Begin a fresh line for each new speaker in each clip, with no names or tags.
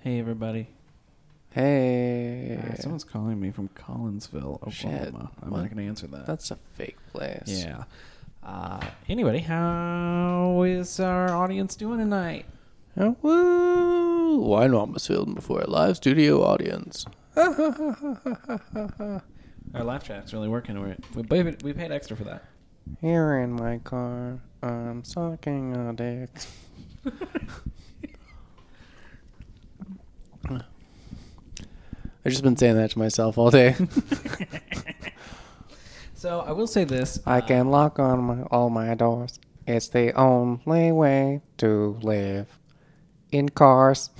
Hey, everybody.
Hey.
Ah, someone's calling me from Collinsville, Oklahoma.
Oh, Shit.
I'm
What?
not going to answer that.
That's a fake place.
yeah. Uh, anyway, how is our audience doing tonight?
Oh, woo. Why Normansfield before a live studio audience?
Our laugh track's really working. We're, we, paid, we paid extra for that.
Here in my car, I'm sucking a dick. I've just been saying that to myself all day.
So I will say this.
I
uh,
can lock on my, all my doors. It's the only way to live in cars.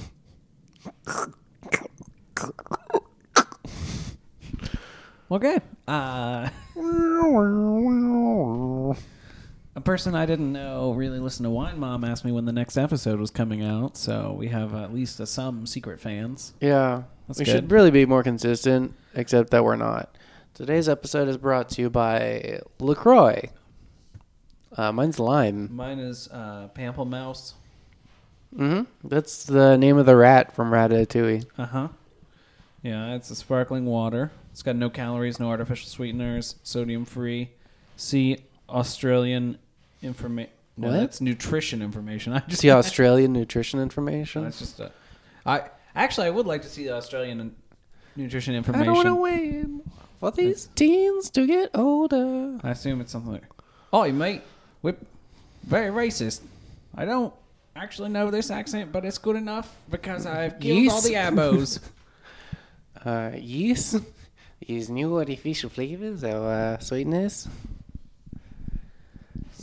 Well, good. Uh,
That's
a person I didn't know really listened to Wine Mom asked me when the next episode was coming out, so we have at least uh some secret fans.
Yeah.
That's
we
good.
should really be more consistent, except that we're not. Today's episode is brought to you by LaCroix. Uh, mine's Lime.
Mine is uh, Pample Mouse.
hmm That's the name of the rat from Ratatouille.
Uh huh. Yeah, it's a sparkling water. It's got no calories, no artificial sweeteners, sodium free. See Australian information. No,
What?
that's nutrition information. I just
See Australian nutrition information?
That's just a. I actually I would like to see the Australian nutrition
I
information.
don't want to wait for these teens to get older.
I assume it's something like, oh, "Oi, mate, we're very racist. I don't actually know this accent, but it's good enough because I've killed all
Yes.
the abos."
Uh, yeast. These new artificial flavors of uh, sweetness.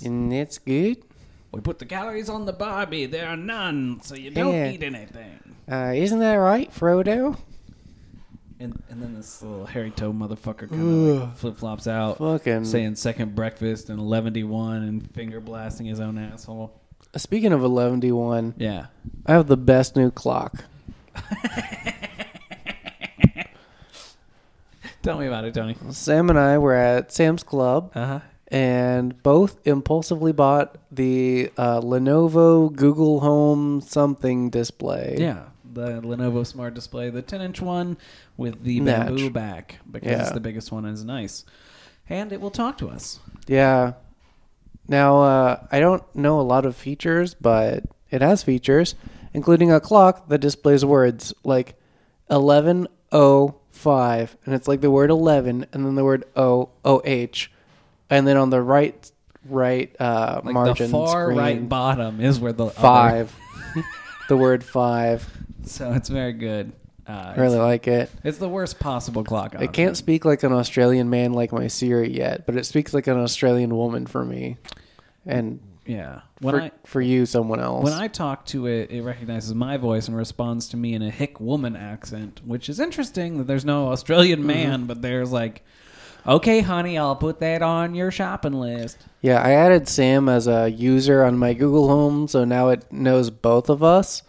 And it's good.
we put the calories on the Barbie. There are none, so you don't
Yeah.
eat anything.
Uh, isn't that right, Frodo?
And and then this little hairy toe motherfucker kind of
Ugh.
like flip flops out,
Fucking.
saying second breakfast and eleven one and finger blasting his own asshole.
Speaking of 11D1,
Yeah.
I have the best new clock.
Tell me about it, Tony.
Sam and I were at Sam's Club
Uh huh.
and both impulsively bought the uh, Lenovo Google Home something display.
Yeah, the Lenovo Smart Display, the 10 inch one with the
Notch.
bamboo back because
Yeah.
it's the biggest one and it's nice. And it will talk to us.
Yeah. Now, uh, I don't know a lot of features, but it has features, including a clock that displays words like 1105, and it's like the word 11 and then the word O O H, and then on the right right uh,
Like the
margin
far
screen,
right bottom is where the other-
five, the word five.
so it's very good. Uh,
I
it's,
really like it.
it's the worst possible clock.
It can't speak like an Australian man like my Siri yet, but it speaks like an Australian woman for me, and
Yeah. When
for,
I
for you, someone else.
when I talk to it, it recognizes my voice and responds to me in a hick woman accent, which is interesting that there's no
Mm-hmm.
Australian man, but there's like, okay, honey, I'll put that on your shopping list.
yeah, I added Sam as a user on my Google Home, so now it knows both of us,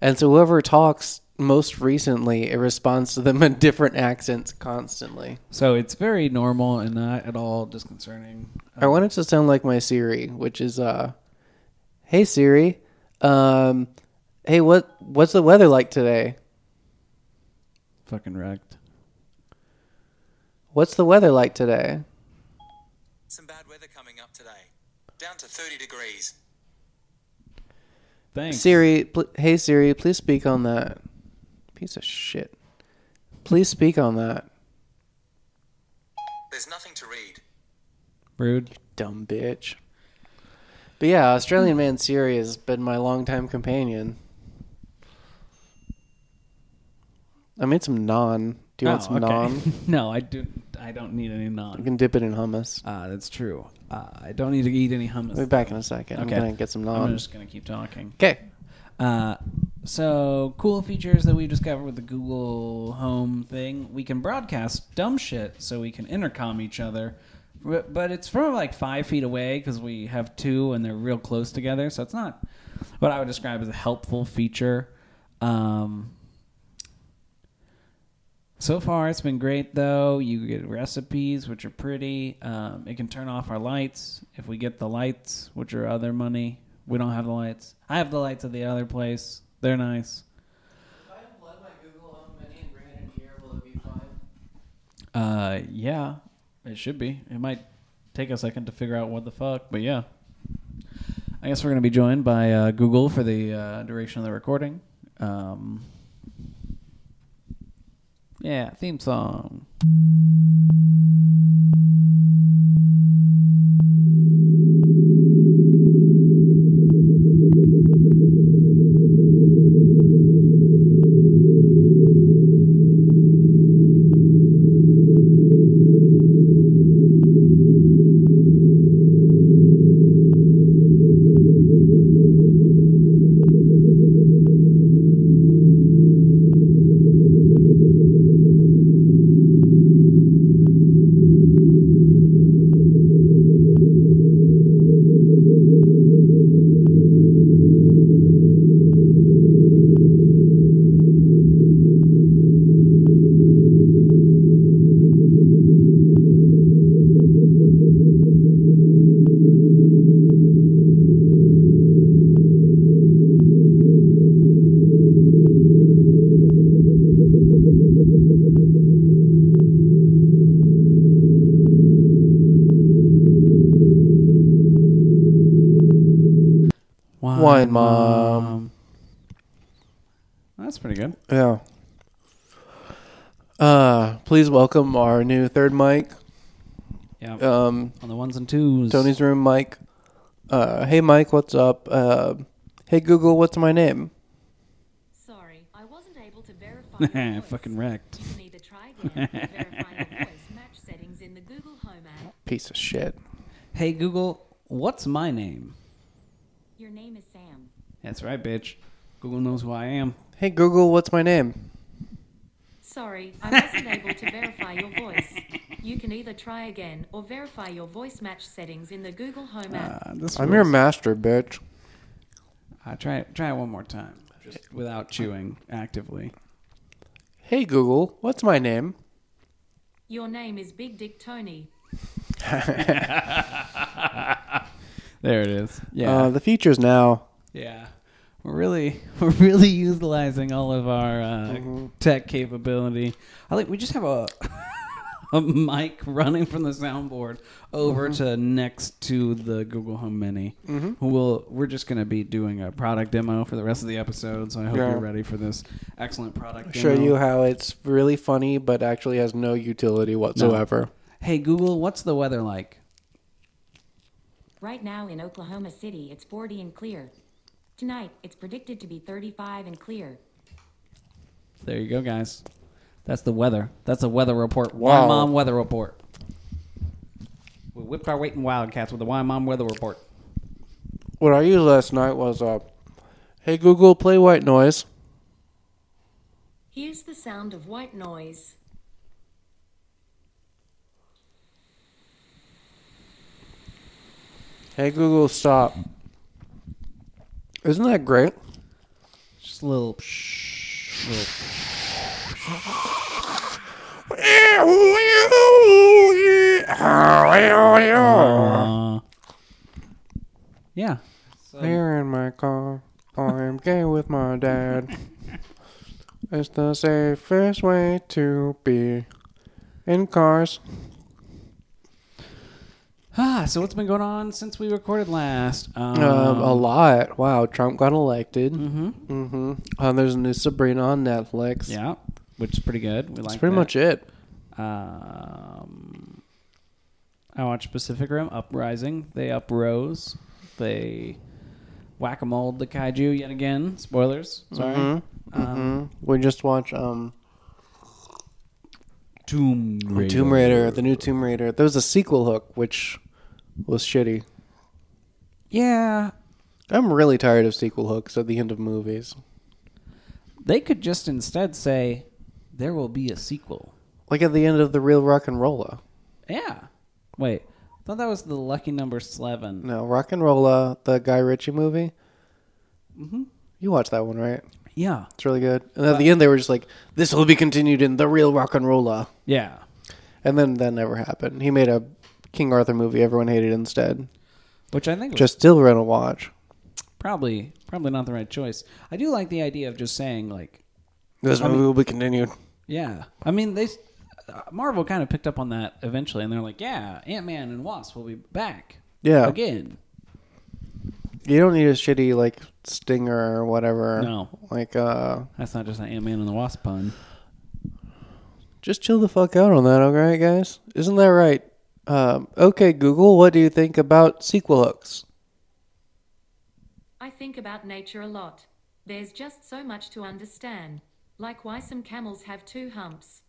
and so whoever talks most recently, it responds to them in different accents constantly.
So it's very normal and not at all disconcerting.
I want it to sound like my Siri, which is uh, "Hey Siri, um, hey what what's the weather like today?
Fucking wrecked.
What's the weather like today?"
Some bad weather coming up today. Down to 30 degrees.
Thanks.
Siri, pl- hey Siri, please speak on that. Piece of shit. Please speak on that,
There's nothing to read.
Rude.
dumb bitch. But yeah, Australian man Siri has been my longtime companion. I made some naan. Do you want
Oh,
some
okay.
naan?
no, I do. I don't need any non.
You can dip it in hummus.
Ah, that's true. Uh, I don't need to eat any hummus.
I'll be back in a second.
Okay.
I'm gonna get some
I'm
naan.
just gonna keep talking.
Okay.
Uh, so cool features that we discovered with the Google Home thing. We can broadcast dumb shit, so we can intercom each other. But but it's from like five feet away because we have two and they're real close together. So it's not what I would describe as a helpful feature. Um, so far, it's been great though. You get recipes, which are pretty. Um, it can turn off our lights if we get the lights, which are other money. We don't have the lights. I have the lights at the other place. They're nice. Uh, yeah, it should be. It might take a second to figure out what the fuck, but yeah. I guess we're going to be joined by uh, Google for the uh, duration of the recording. Um, yeah, theme song. Wine,
Wine Mom.
That's pretty good.
Yeah. Uh, please welcome our new third mic,
Yeah.
um,
On the ones and twos.
Tony's room mic. Uh, hey Mike, what's up? Uh, hey Google, what's my name?
Sorry, I wasn't able to verify. your voice.
Fucking wrecked.
You can either try again or verify your voice match settings in the Google Home app.
Piece of shit.
Hey, Google, what's my name?
Your name is Sam.
That's right, bitch. Google knows who I am.
Hey Google, what's my name?
Sorry, I wasn't able to verify your voice. You can either try again or verify your voice match settings in the Google Home app.
Uh, this
I'm your
rules.
master, bitch.
Uh, try it. Try it one more time, just without chewing actively.
Hey Google, what's my name?
Your name is Big Dick Tony.
There it is. Yeah,
Uh, the features now.
yeah. We're really, we're really utilizing all of our uh,
Mm-hmm.
tech capability. I like. We just have a a mic running from the soundboard over
Mm-hmm.
to next to the Google Home Mini. We'll we're just gonna be doing a product demo for the rest of the episode. So I hope
Yeah.
you're ready for this excellent product.
Show
demo.
you how it's really funny, but actually has no utility whatsoever.
Hey Google, what's the weather like?
Right now in Oklahoma City, it's 40 and clear. Tonight, it's predicted to be 35 and clear.
There you go, guys. That's the weather. That's a weather report. Why
Wow.
mom weather report. We whipped our weight in wildcats with the Why mom weather report.
What I used last night was, uh, "Hey Google, play white noise."
Here's the sound of white noise.
Hey Google, stop. Isn't that great?
Just a little. Psh, little psh. Uh, yeah.
Here in my car, I am gay with my dad. It's the safest way to be in cars.
Ah, so what's been going on since we recorded last? Um,
Um, a lot. Wow, Trump got elected.
mhm.
Mm-hmm. Uh, there's a new Sabrina on Netflix.
Yeah, which is pretty good. We like
that's pretty
that.
much it.
Um, I watched Pacific Rim Uprising. They uprose. They whack a mole the kaiju yet again. Spoilers. Sorry.
Mhm. We just watch um,
Tomb Raider.
Tomb Raider, the new Tomb Raider. There was a sequel hook, which was shitty.
Yeah,
I'm really tired of sequel hooks at the end of movies.
they could just instead say there will be a sequel.
Like at the end of the real rock and rolla.
Yeah. Wait, I thought that was the lucky number seven.
No, rock and rolla, the Guy Ritchie movie.
Mm-hmm. Uh,
You watched that one, right?
Yeah.
It's really good. And at the end, they were just like, "This will be continued in the real rock and rolla,"
Yeah.
and then that never happened. He made a King Arthur movie everyone hated instead,
Which I think was
which I still run to watch.
probably probably not the right choice. I do like the idea of just saying like
This movie will be continued.
Yeah, I mean they. uh, Marvel kind of picked up on that eventually, and they're like, "Yeah, Ant Man and Wasp will be back."
Yeah.
again.
You don't need a shitty like stinger or whatever.
No.
Like uh
That's not just an Ant Man and the Wasp pun.
just chill the fuck out on that, alright guys? Isn't that right? Um, okay, Google, what do you think about sequel hooks?
I think about nature a lot. There's just so much to understand. Like why some camels have two humps.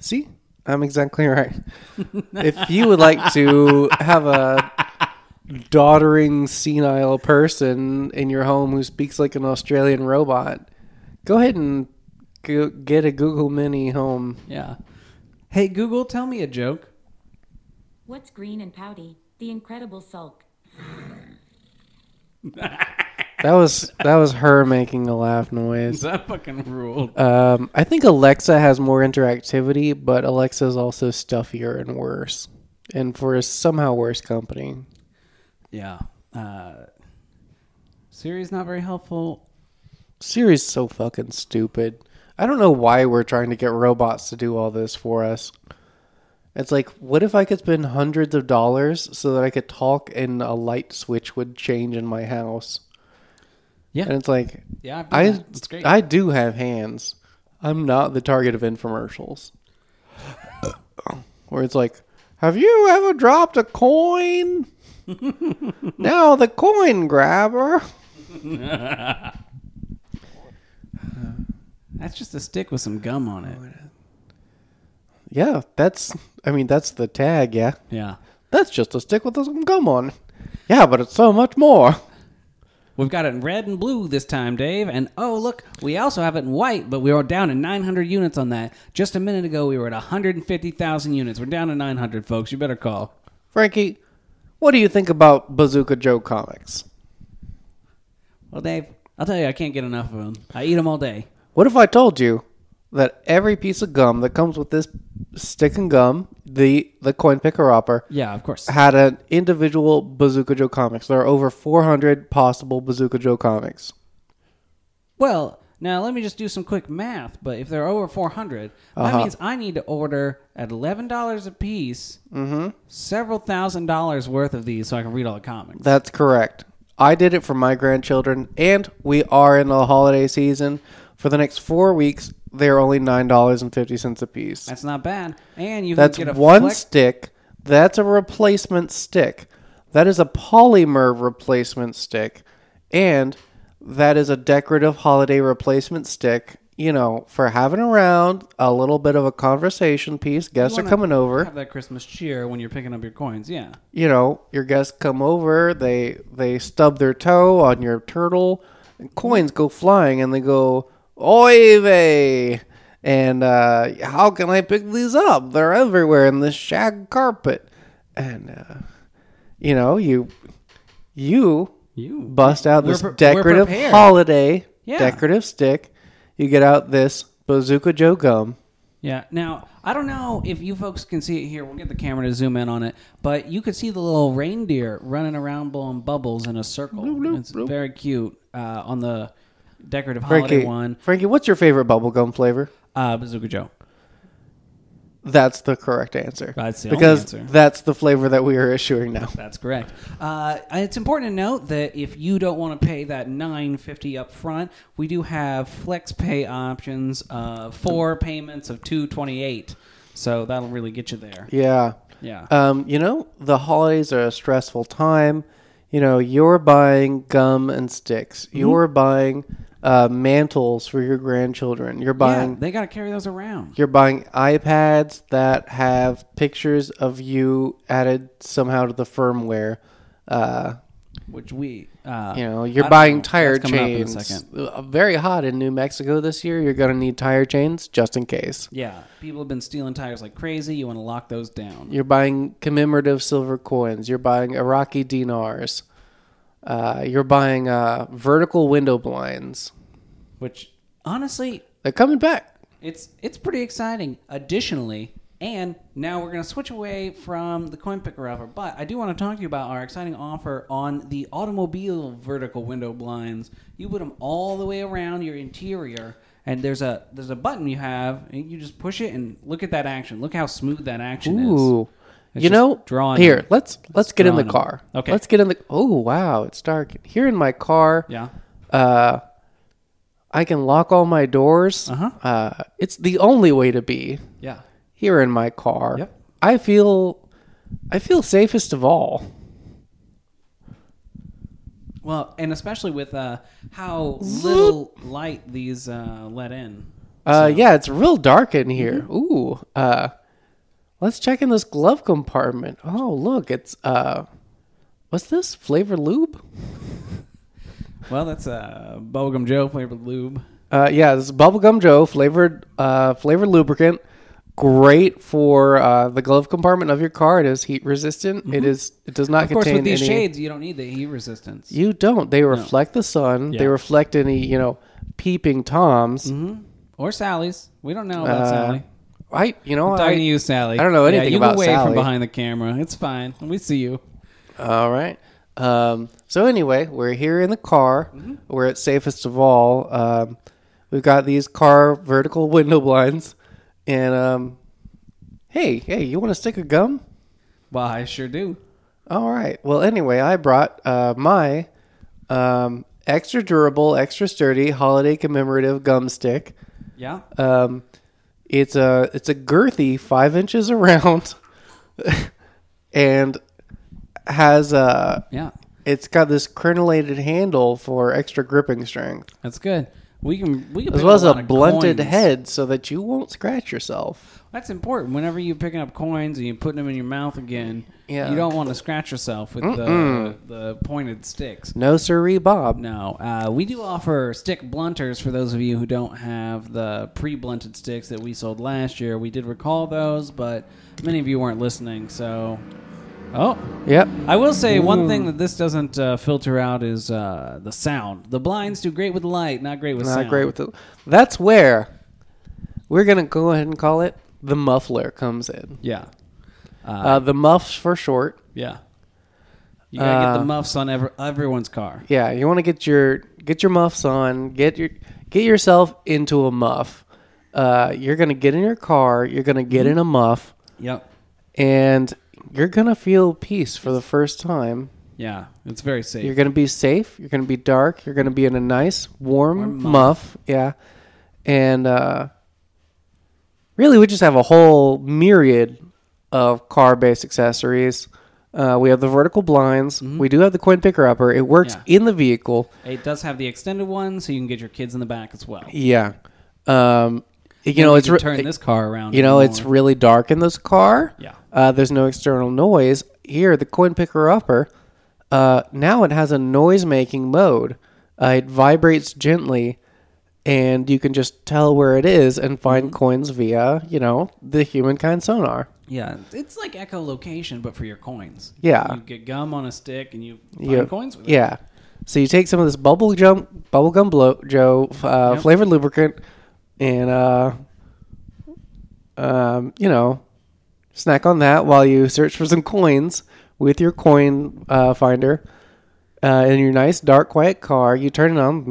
See? I'm exactly right. if you would like to have a doddering senile person in your home who speaks like an Australian robot, go ahead and go get a Google Mini home.
Yeah. Hey Google, tell me a joke.
What's green and pouty? The incredible sulk.
That was that was her making a laugh noise.
That fucking ruled.
Um, I think Alexa has more interactivity, but Alexa is also stuffier and worse, and for somehow worse company.
Yeah. Uh, Siri's not very helpful.
Siri's so fucking stupid. I don't know why we're trying to get robots to do all this for us. It's like, what if I could spend hundreds of dollars so that I could talk and a light switch would change in my house?
Yeah.
And it's like,
Yeah, I've done
I
that. It's great.
I do have hands. I'm not the target of infomercials. Where it's like, have you ever dropped a coin? now the coin grabber.
That's just a stick with some gum on Oh, it.
Yeah, that's. I mean, that's the tag. Yeah,
Yeah.
that's just a stick with some gum on. Yeah, but it's so much more.
We've got it in red and blue this time, Dave. And oh, look, we also have it in white, but we are down to 900 units on that. Just a minute ago, we were at 150,000 units. We're down to 900, folks. You better call.
Frankie, what do you think about Bazooka Joe comics?
Well, Dave, I'll tell you, I can't get enough of them. I eat them all day.
What if I told you that every piece of gum that comes with this stick and gum, the the coin picker upper,
Yeah, of course.
had an individual Bazooka Joe comics? There are over 400 possible Bazooka Joe comics.
Well, now let me just do some quick math, but if they're over 400, that means I need to order at $11 a piece several thousand dollars worth of these so I can read all the comics.
That's correct. I did it for my grandchildren, and we are in the holiday season. For the next four weeks, they are only nine dollars and fifty cents apiece.
That's not bad. And you
That's
can get a
one
flex-
stick. That's a replacement stick. That is a polymer replacement stick. And that is a decorative holiday replacement stick, you know, for having around a little bit of a conversation piece. Guests are
wanna
coming over.
Have that Christmas cheer when you're picking up your coins. Yeah.
You know, your guests come over, they they stub their toe on your turtle, and coins go flying and they go, Oy vey! And uh, how can I pick these up? They're everywhere in this shag carpet. And uh, you know, you you
You.
bust out
We're
this
pre- we're
decorative
prepared.
holiday
Yeah.
decorative stick. You get out this bazooka Joe gum.
Yeah. Now, I don't know if you folks can see it here. We'll get the camera to zoom in on it, but you could see the little reindeer running around blowing bubbles in a circle. it's very cute uh, on the decorative holiday
Frankie,
one.
Frankie, what's your favorite bubblegum flavor?
Uh, Bazooka Joe.
That's the correct answer.
That's the only
because
answer.
that's the flavor that we are issuing now.
That's correct. Uh, it's important to note that if you don't want to pay that nine fifty up front, we do have flex pay options, uh, four payments of two twenty eight. So that'll really get you there.
Yeah.
Yeah.
Um, you know, the holidays are a stressful time. You know, you're buying gum and sticks.
Mm-hmm.
You're buying uh, mantles for your grandchildren. You're buying
yeah, they got to carry those around.
You're buying iPads that have pictures of you added somehow to the firmware. Uh,
Which we, uh,
you know, you're
I don't
buying
know.
tire
That's coming up in a
chains.
second.
Uh, Very hot in New Mexico this year. You're going to need tire chains just in case.
Yeah, people have been stealing tires like crazy. You want to lock those down.
You're buying commemorative silver coins. You're buying Iraqi dinars. Uh, you're buying uh, vertical window blinds.
Which honestly,
They're coming back.
it's it's pretty exciting. Additionally, And now we're going to switch away from the coin picker upper, but I do want to talk to you about our exciting offer on the automobile vertical window blinds. You put them all the way around your interior, and there's a there's a button you have, and you just push it and look at that action. Look how smooth that action is.
Ooh.
It's
you
just
know,
drawing
here,
them.
let's let's
It's
get in the
drawing them.
car.
Okay.
Let's get in the Oh, wow, it's dark. Here in my car,
Yeah.
uh I can lock all my doors.
Uh-huh.
Uh it's the only way to be
Yeah.
here in my car.
Yep.
I feel I feel safest of all.
Well, and especially with uh, how little light these uh, let in.
Uh yeah, it's real dark in here.
Mm-hmm.
Ooh. Uh let's check in this glove compartment. Oh, look, it's uh what's this? Flavor lube?
Well, that's uh, Bogum Joe flavored lube.
Uh, yeah, this is Bubblegum Joe flavored uh, flavored lubricant. Great for uh, the glove compartment of your car. It is heat resistant. It is. It does not
Mm-hmm. Of course,
contain
with these
any.
shades, you don't need the heat resistance.
You don't. They reflect the sun. They
Yeah. Mm-hmm.
reflect any you know peeping toms.
Or Sally's. We don't know about
Uh,
Sally.
I you know
Talking to
I,
you, Sally.
I don't know anything
yeah, you
about
away
Sally.
from behind the camera. It's fine. We see you.
All right. Um, so anyway, we're here in the car. We're at safest of all. Um, we've got these car vertical window blinds, and um, hey, hey, you want to stick a gum?
Well, I sure do.
All right. Well, anyway, I brought uh, my um, extra durable, extra sturdy holiday commemorative gum stick.
Yeah.
Um, it's a it's a girthy five inches around, and has uh, a
Yeah.
it's got this crenellated handle for extra gripping strength,
That's good. We can we can
as
pick
well as a
lot of
blunted
coins.
head so that you won't scratch yourself.
That's important. Whenever you're picking up coins and you're putting them in your mouth again,
Yeah.
you don't want to scratch yourself with the, the pointed sticks.
No siree, Bob.
No, uh, we do offer stick blunters for those of you who don't have the pre-blunted sticks that we sold last year. We did recall those, but many of you weren't listening. So, oh,
Yep.
I will say one thing that this doesn't uh, filter out is uh, the sound. The blinds do great with light, not great with
Not
sound.
great with the. That's where we're gonna go ahead and call it the muffler comes in.
yeah,
Uh, the muffs for short.
yeah. You gotta get
Uh,
the muffs on ever everyone's car.
Yeah, you want to get your get your muffs on. Get your get yourself into a muff. Uh, you're gonna get in your car. You're gonna get
Mm-hmm.
in a muff,
Yep.
and you're gonna feel peace for the first time.
Yeah, it's very safe.
You're gonna be safe. You're gonna be dark. You're gonna be in a nice warm,
Warm
muff.
muff.
Yeah, and uh, really, we just have a whole myriad of car-based accessories. Uh, we have the vertical blinds. We do have the coin picker upper. It works
Mm-hmm. Yeah.
in the vehicle.
it does have the extended one, so you can get your kids in the back as well.
Yeah, um, you know
And
it's
can
re-
turn this car around.
You
if
know,
you
it's
want.
really dark in this car.
Yeah.
Uh, there's no external noise. Here, the coin picker upper, uh, now it has a noise making mode. Uh, it vibrates gently, and you can just tell where it is and find coins via, you know, the humankind sonar.
Yeah, it's like echolocation, but for your coins.
Yeah.
you get gum on a stick and you find
You-
coins with it.
yeah. So you take some of this bubble jump, bubble gum blow, Joe, uh,
Yep.
flavored lubricant, and uh, um, you know, snack on that while you search for some coins with your coin uh, finder. Uh, in your nice, dark, quiet car, you turn it on.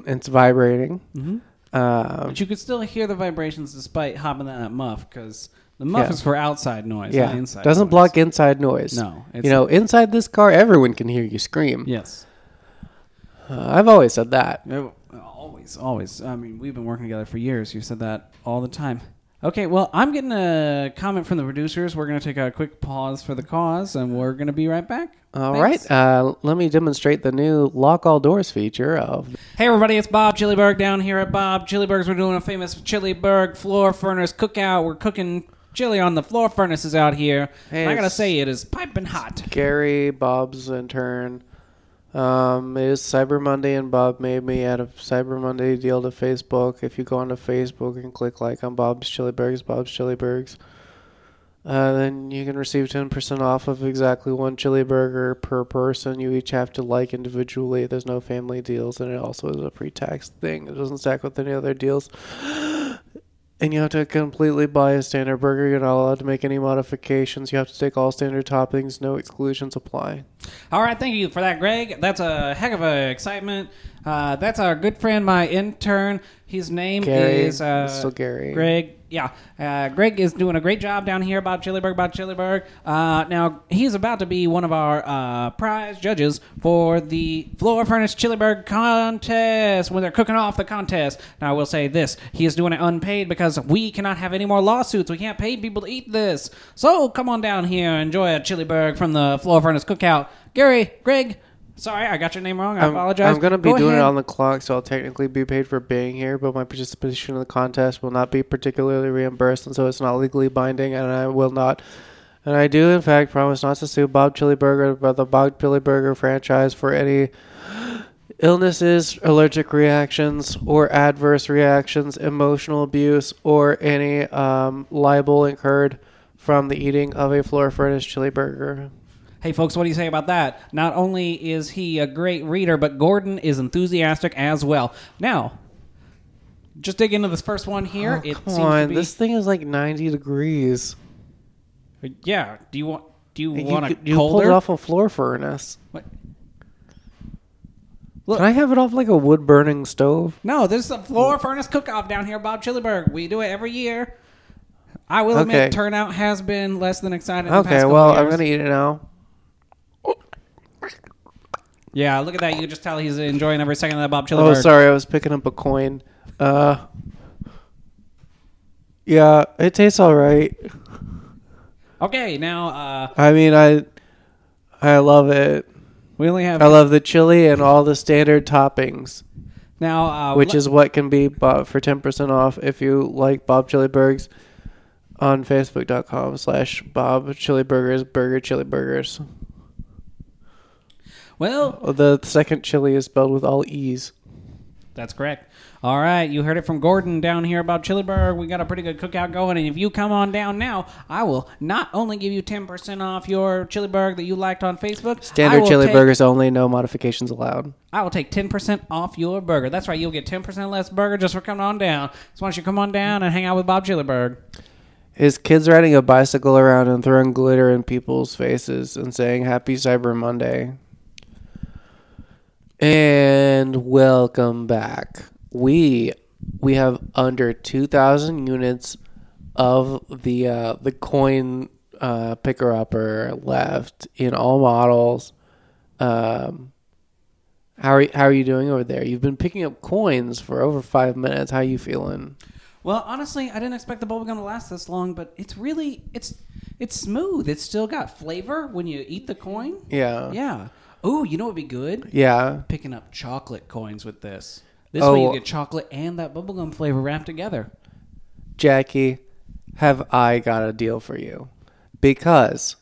Mm, it's vibrating. Mm-hmm.
but you could still hear the vibrations despite hopping on that muff because the muff
Yeah.
is for outside noise,
yeah,
not inside.
doesn't
noise.
block inside noise.
No, it's
you know, inside this car, everyone can hear you scream.
Yes,
Uh, I've always said that.
Uh, always, always. I mean, we've been working together for years. You said that all the time. Okay, well, I'm getting a comment from the producers. We're going to take a quick pause for the cause, and we're going to be right back.
All right,
Thanks.
uh, let me demonstrate the new lock all doors feature of
Hey everybody, it's Bob Chiliberg down here at Bob Chiliberg's. We're doing a famous Chiliberg floor furnace cookout. We're cooking chili on the floor furnaces out here.
Hey,
and I gotta
it's-
say, it is piping hot.
Gary Bob's intern. Um, it is Cyber Monday, and Bob made me add a Cyber Monday deal to Facebook. If you go onto Facebook and click like on Bob's Chilibergs, Bob's Chilibergs, uh, then you can receive 10% off of exactly one chili burger per person. You each have to like individually. There's no family deals, and it also is a pre tax thing. It doesn't stack with any other deals. And you have to completely buy a standard burger. You're not allowed to make any modifications. You have to take all standard toppings. No exclusions apply.
All right, thank you for that, Greg. That's a heck of a excitement. Uh, that's our good friend, my intern. His name
Gary.
is uh,
It's still Gary.
Greg. Yeah, uh, Greg is doing a great job down here about Chiliburg, about Chiliburg. Uh, now he's about to be one of our uh, prize judges for the floor furnace Chiliburg contest when they're cooking off the contest. Now I will say this: he is doing it unpaid because we cannot have any more lawsuits. We can't pay people to eat this. So come on down here, and enjoy a Chiliburg from the floor furnace cookout. Gary, Greg. Sorry, I got your name wrong. I apologize.
I'm going to be
Go
doing it
ahead.
on the clock, so I'll technically be paid for being here, but my participation in the contest will not be particularly reimbursed, and so it's not legally binding, and I will not. And I do, in fact, promise not to sue Bob Chili Burger or the Bob Chili Burger franchise for any illnesses, allergic reactions, or adverse reactions, emotional abuse, or any um, libel incurred from the eating of a floor furnished chili burger.
Hey, folks, what do you say about that? Not only is he a great reader, but Gordon is enthusiastic as well. Now, just dig into this first one here. it
Oh, Come
seems to
on,
be,
this thing is like 90 degrees.
yeah. Do you want? Do you,
You,
want a
could- you pulled
colder?
it off a floor furnace.
What?
Can I have it off like a wood burning stove?
No, this is a floor furnace cook-off down here, Bob Chiliberg. We do it every year. I will
Okay.
admit, turnout has been less than exciting. the past
Okay,
couple
well, I'm
years.
going to eat it now.
Yeah, look at that. You can just tell he's enjoying every second of that Bob
Oh,
Chiliberg.
sorry, I was picking up a coin. Uh, yeah, it tastes all right.
Okay, now uh,
I mean, I I love it.
we only have
I love the chili and all the standard toppings,
now uh,
which
le-
is what can be bought for 10% off if you like Bob Chili Burgers on facebook.com slash Bob Chili Burgers, Burger Chili Burgers.
well.
The second chili is spelled with all E's.
That's correct. All right, you heard it from Gordon down here about Chiliburg. We got a pretty good cookout going, and if you come on down now, I will not only give you ten percent off your Chiliburg that you liked on Facebook. I
Standard
will
chili
take-
burgers only, no modifications allowed.
I will take ten percent off your burger. That's right, you'll get ten percent less burger just for coming on down. So why don't you come on down and hang out with Bob Chiliburg?
His kid's riding a bicycle around and throwing glitter in people's faces and saying Happy Cyber Monday. And welcome back. We we have under two thousand units of the uh, the coin uh, picker upper left in all models. Um, how are you, how are you doing over there? You've been picking up coins for over five minutes. How you feeling?
Well, honestly, I didn't expect the bubblegum to last this long, but it's really it's it's smooth. It's still got flavor when you eat the coin.
Yeah.
Yeah. Ooh, you know what'd be good?
Yeah.
picking up chocolate coins with this. This
Oh.
way you get chocolate and that bubblegum flavor wrapped together.
Jackie, have I got a deal for you? Because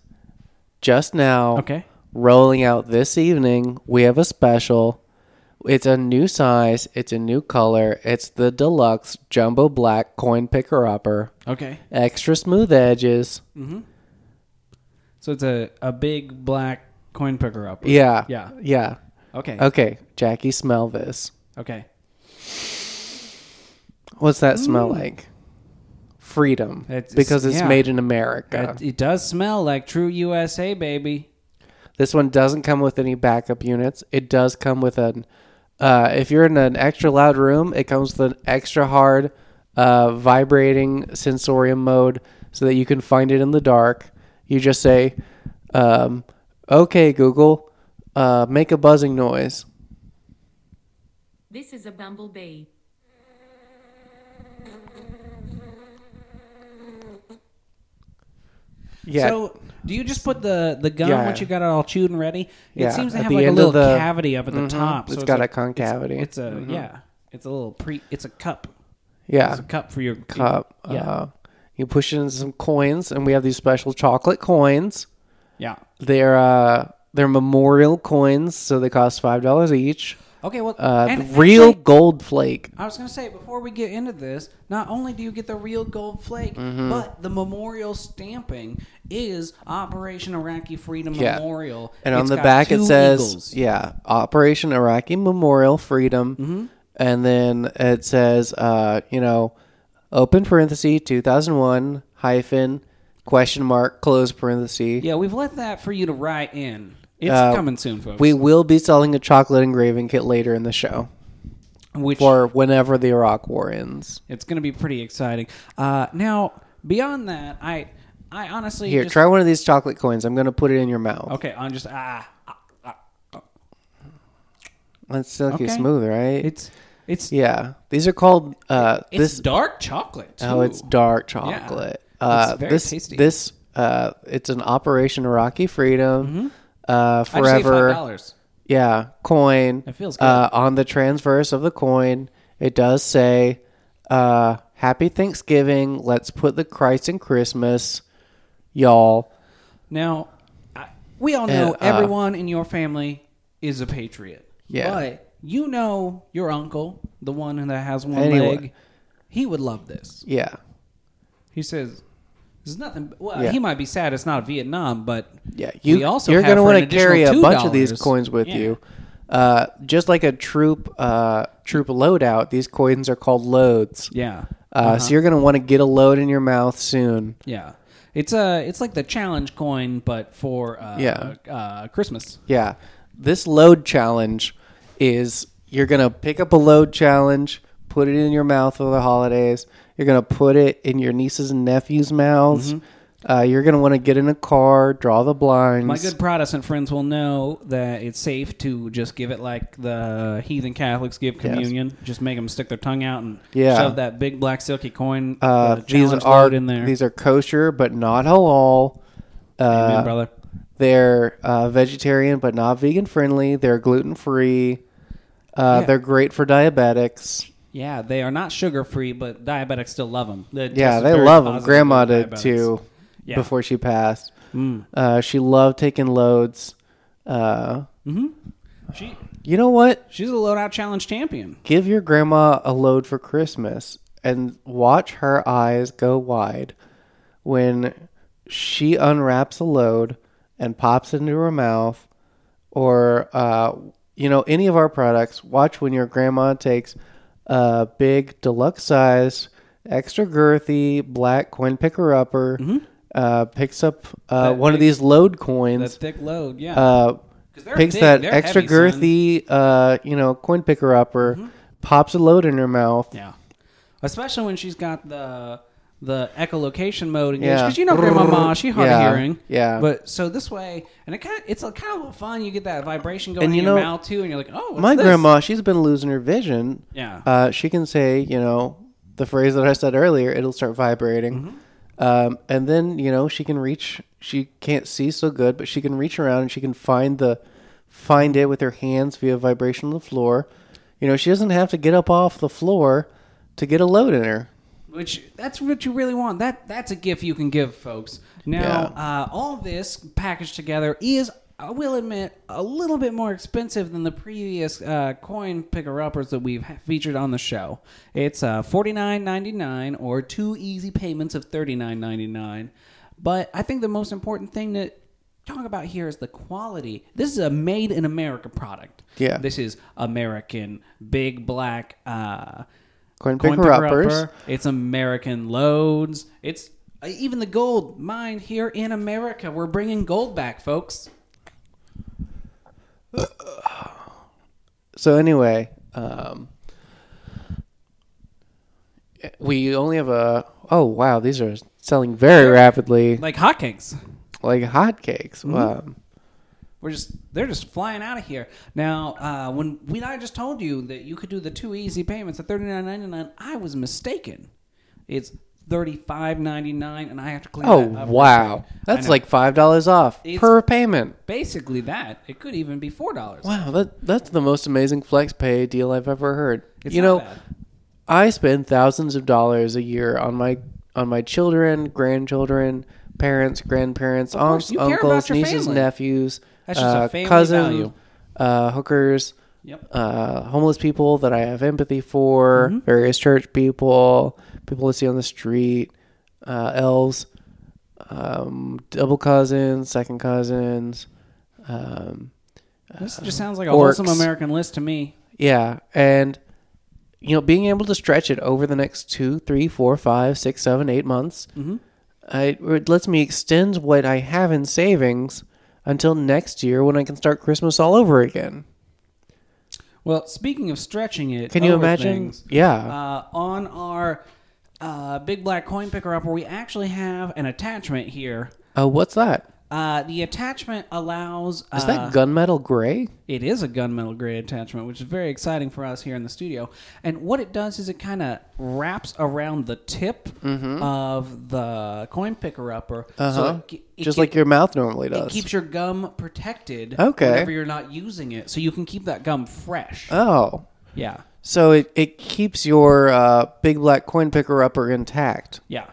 just now,
Okay.
rolling out this evening, we have a special. It's a new size, it's a new color, it's the deluxe jumbo black coin picker upper,
Okay.
extra smooth edges.
So it's a, a big black coin picker up.
Yeah. Uh,
Yeah.
Yeah.
Okay.
Okay, Jackie, smell this.
Okay.
What's that smell like? Freedom.
Mm. It's-
because it's
yeah.
made in America.
It, it does smell like true USA, baby.
This one doesn't come with any backup units. It does come with an. Uh, if you're in an extra loud room, it comes with an extra hard uh, vibrating sensorium mode so that you can find it in the dark. You just say, um, okay, Google, uh, make a buzzing noise.
This is a bumblebee.
Yeah.
So do you just put the, the gum
Yeah.
once you got it all chewed and ready? It
Yeah,
seems to
at
have
the
like a
end
little
of the- Mm-hmm.
cavity up at the top.
It's got
a-
a Mm-hmm. concavity.
It's a yeah. It's a little pre. It's a cup.
yeah.
It's a cup for your
Uh, Cup.
Yeah.
Uh, you push in some coins, and we have these special chocolate coins.
Yeah.
They're uh, they're memorial coins, so they cost five dollars each.
Okay. Well,
Uh,
and
the real
actually-
gold flake.
I was gonna say before we get into this, not only do you get the real gold flake,
Mm-hmm.
but the memorial stamping is Operation Iraqi Freedom
Yeah.
Memorial,
And
It's
on the
got
back it
two
says,
eagles.
yeah, Operation
Mm-hmm.
Iraqi Memorial Freedom. And then it says, uh, you know, open parenthesis 2001 hyphen question mark close parenthesis.
Yeah, we've left that for you to write in. It's
Uh,
coming soon, folks.
We will be selling a chocolate engraving kit later in the show
Which
for whenever the Iraq War ends.
it's going to be pretty exciting. Uh, now, beyond that, I I honestly
Here,
just,
try one of these chocolate coins. I'm going to put it in your mouth.
Okay, I'm just ah, ah, ah.
That's silky
Oh, Okay.
smooth, right?
it's it's
yeah. These are called uh,
it's
this.
dark chocolate. Too.
Oh, it's dark chocolate. Uh,
It's very
this,
tasty.
This uh, it's an Operation Iraqi Freedom. Uh,
Mm-hmm. I just ate five
forever.
dollars.
Yeah, coin.
It feels
Uh, on the transverse of the coin, it does say, uh, "Happy Thanksgiving. Let's put the Christ in Christmas, y'all."
Now, I, we all know
And, uh,
everyone in your family is a patriot.
Yeah.
But you know your uncle, the one that has one
Anyone.
leg, he would love this.
Yeah,
He says, "There's nothing." Well,
Yeah.
he might be sad it's not Vietnam, but
yeah. You
we also
you're
going to
want to carry a bunch of these coins with you. Uh, just like a troop uh, troop loadout, these coins are called loads.
Yeah, Uh-huh.
Uh, So you're gonna want to get a load in your mouth soon.
yeah. It's a it's like the challenge coin, but for uh,
Yeah.
uh, Christmas.
Yeah, this load challenge is you're gonna pick up a load challenge, put it in your mouth for the holidays. You're gonna put it in your nieces and nephews' mouths. Uh, you're gonna want to get in a car, draw the blinds.
Mm-hmm. My good Protestant friends will know that it's safe to just give it like the heathen Catholics give communion. Just make them stick their tongue out and
Yeah.
shove that big black silky coin uh,
uh, these
challenge
are
load in there.
these are kosher but not halal.
Amen,
Uh,
brother.
They're uh, vegetarian but not vegan friendly. They're gluten free. Uh,
Yeah.
They're great for diabetics.
Yeah, they are not sugar free, but diabetics still love them.
Yeah, they love them. Grandma did too
Yeah.
before she passed. Uh, she loved taking loads. Uh,
She,
you know what?
she's a loadout challenge champion.
Give your grandma a load for Christmas and watch her eyes go wide when she unwraps a load and pops it into her mouth or, uh, you know, any of our products. Watch when your grandma takes a big deluxe size, extra girthy black coin picker upper, uh, picks up uh,
Mm-hmm. That
one of
big-
these load
That
coins.
thick load, yeah.
Uh,
'Cause they're
picks
big,
that
they're
extra
heavy, son. Mm-hmm.
girthy, uh, you know, coin picker upper, pops a load in her mouth.
Yeah, especially when she's got the the echolocation mode engaged
Yeah.
because you know grandmama she hard of
Yeah.
hearing.
Yeah.
but so this way, and it kind of it's a kind of a little fun. You get that vibration going
And
in
you
your
know,
mouth too, and you're like, oh, what's
My
this?
grandma, she's been losing her vision.
Yeah.
Uh, she can say, you know, the phrase that I said earlier, it'll start vibrating.
Mm-hmm.
Um, and then, you know, she can reach, she can't see so good, but she can reach around and she can find the, find it with her hands via vibration on the floor. You know, she doesn't have to get up off the floor to get a load in her.
Which that's what you really want. That that's a gift you can give folks. Now, uh, all this packaged together is, I will admit, a little bit more expensive than the previous uh, coin picker uppers that we've ha- featured on the show. It's uh, forty nine ninety nine or two easy payments of thirty nine ninety nine. But I think the most important thing to talk about here is the quality. This is a made in America product.
Yeah.
this is American big black. Uh,
Coin
Coin
picker uppers.
picker-upper. It's American loads. It's uh, even the gold mined here in America. We're bringing gold back, folks.
So anyway, um, we only have a. Oh wow, these are selling very rapidly,
Like hotcakes.
like hotcakes.
Mm-hmm.
Um, Wow.
We're just they're just flying out of here. Now, uh, when we I just told you that you could do the two easy payments at thirty nine ninety nine, I was mistaken. It's thirty five ninety nine, and I have to clean.
Oh
that up
wow,
I
that's
know.
like five dollars off
It's-
per payment.
basically that. It could even be four dollars.
Wow, that that's the most amazing flex pay deal I've ever heard.
It's
you
not
know,
bad.
I spend thousands of dollars a year on my on my children, grandchildren, parents, grandparents,
course,
aunts,
you care about
uncles,
your
nieces,
family.
nephews,
That's just a
uh,
family value.
cousins, uh, hookers,
Yep. Mm-hmm.
uh, homeless people that I have empathy for, various church people, people I see on the street, uh, elves, um, double cousins, second cousins. Um,
This just sounds like a
Orcs.
wholesome American list to me.
yeah, and you know, being able to stretch it over the next two, three, four, five, six, seven, eight months,
Mm-hmm.
I, it lets me extend what I have in savings until next year when I can start Christmas all over again.
Well, speaking of stretching it,
Can you
over
imagine?
things,
Yeah.
uh, on our uh, big black coin picker up, where we actually have an attachment here.
Oh, what's that?
Uh, the attachment allows. Uh,
Is that gunmetal gray?
it is a gunmetal gray attachment, which is very exciting for us here in the studio. And what it does is it kind of wraps around the tip of the coin picker upper,
Mm-hmm. Uh-huh.
it, ge- it
Just
ge-
like your mouth normally
it
does.
keeps your gum protected.
Okay.
whenever you're not using it, so you can keep that gum fresh.
oh.
yeah.
So it, it keeps your uh, big black coin picker upper intact.
Yeah,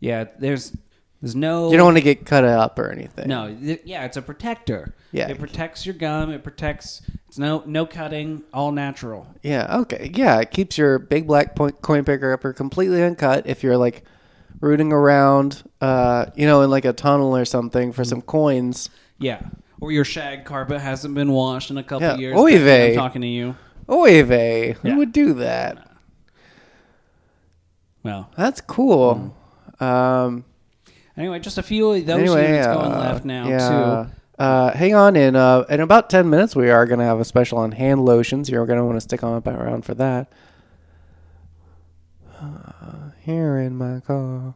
yeah. There's there's no
You don't want to get cut up or anything.
no th- yeah. It's a protector.
Yeah.
it protects your gum. It protects. It's no no cutting. All natural.
Yeah. Okay. Yeah. It keeps your big black point coin picker upper completely uncut if you're like rooting around, uh, you know, in like a tunnel or something for some coins.
Yeah. Or your shag carpet hasn't been washed in a couple
Yeah.
years.
Oy
That's when
vey.
I'm talking to you.
Oy vey. Who
Yeah.
would do that?
Well,
That's cool.
Mm-hmm.
Um,
anyway, just a few of those
anyway,
units going
uh,
left now
yeah.
too.
Uh, hang on, in uh, in about ten minutes, we are going to have a special on hand lotions. You're going to want to stick on around for that. Uh, here in my car.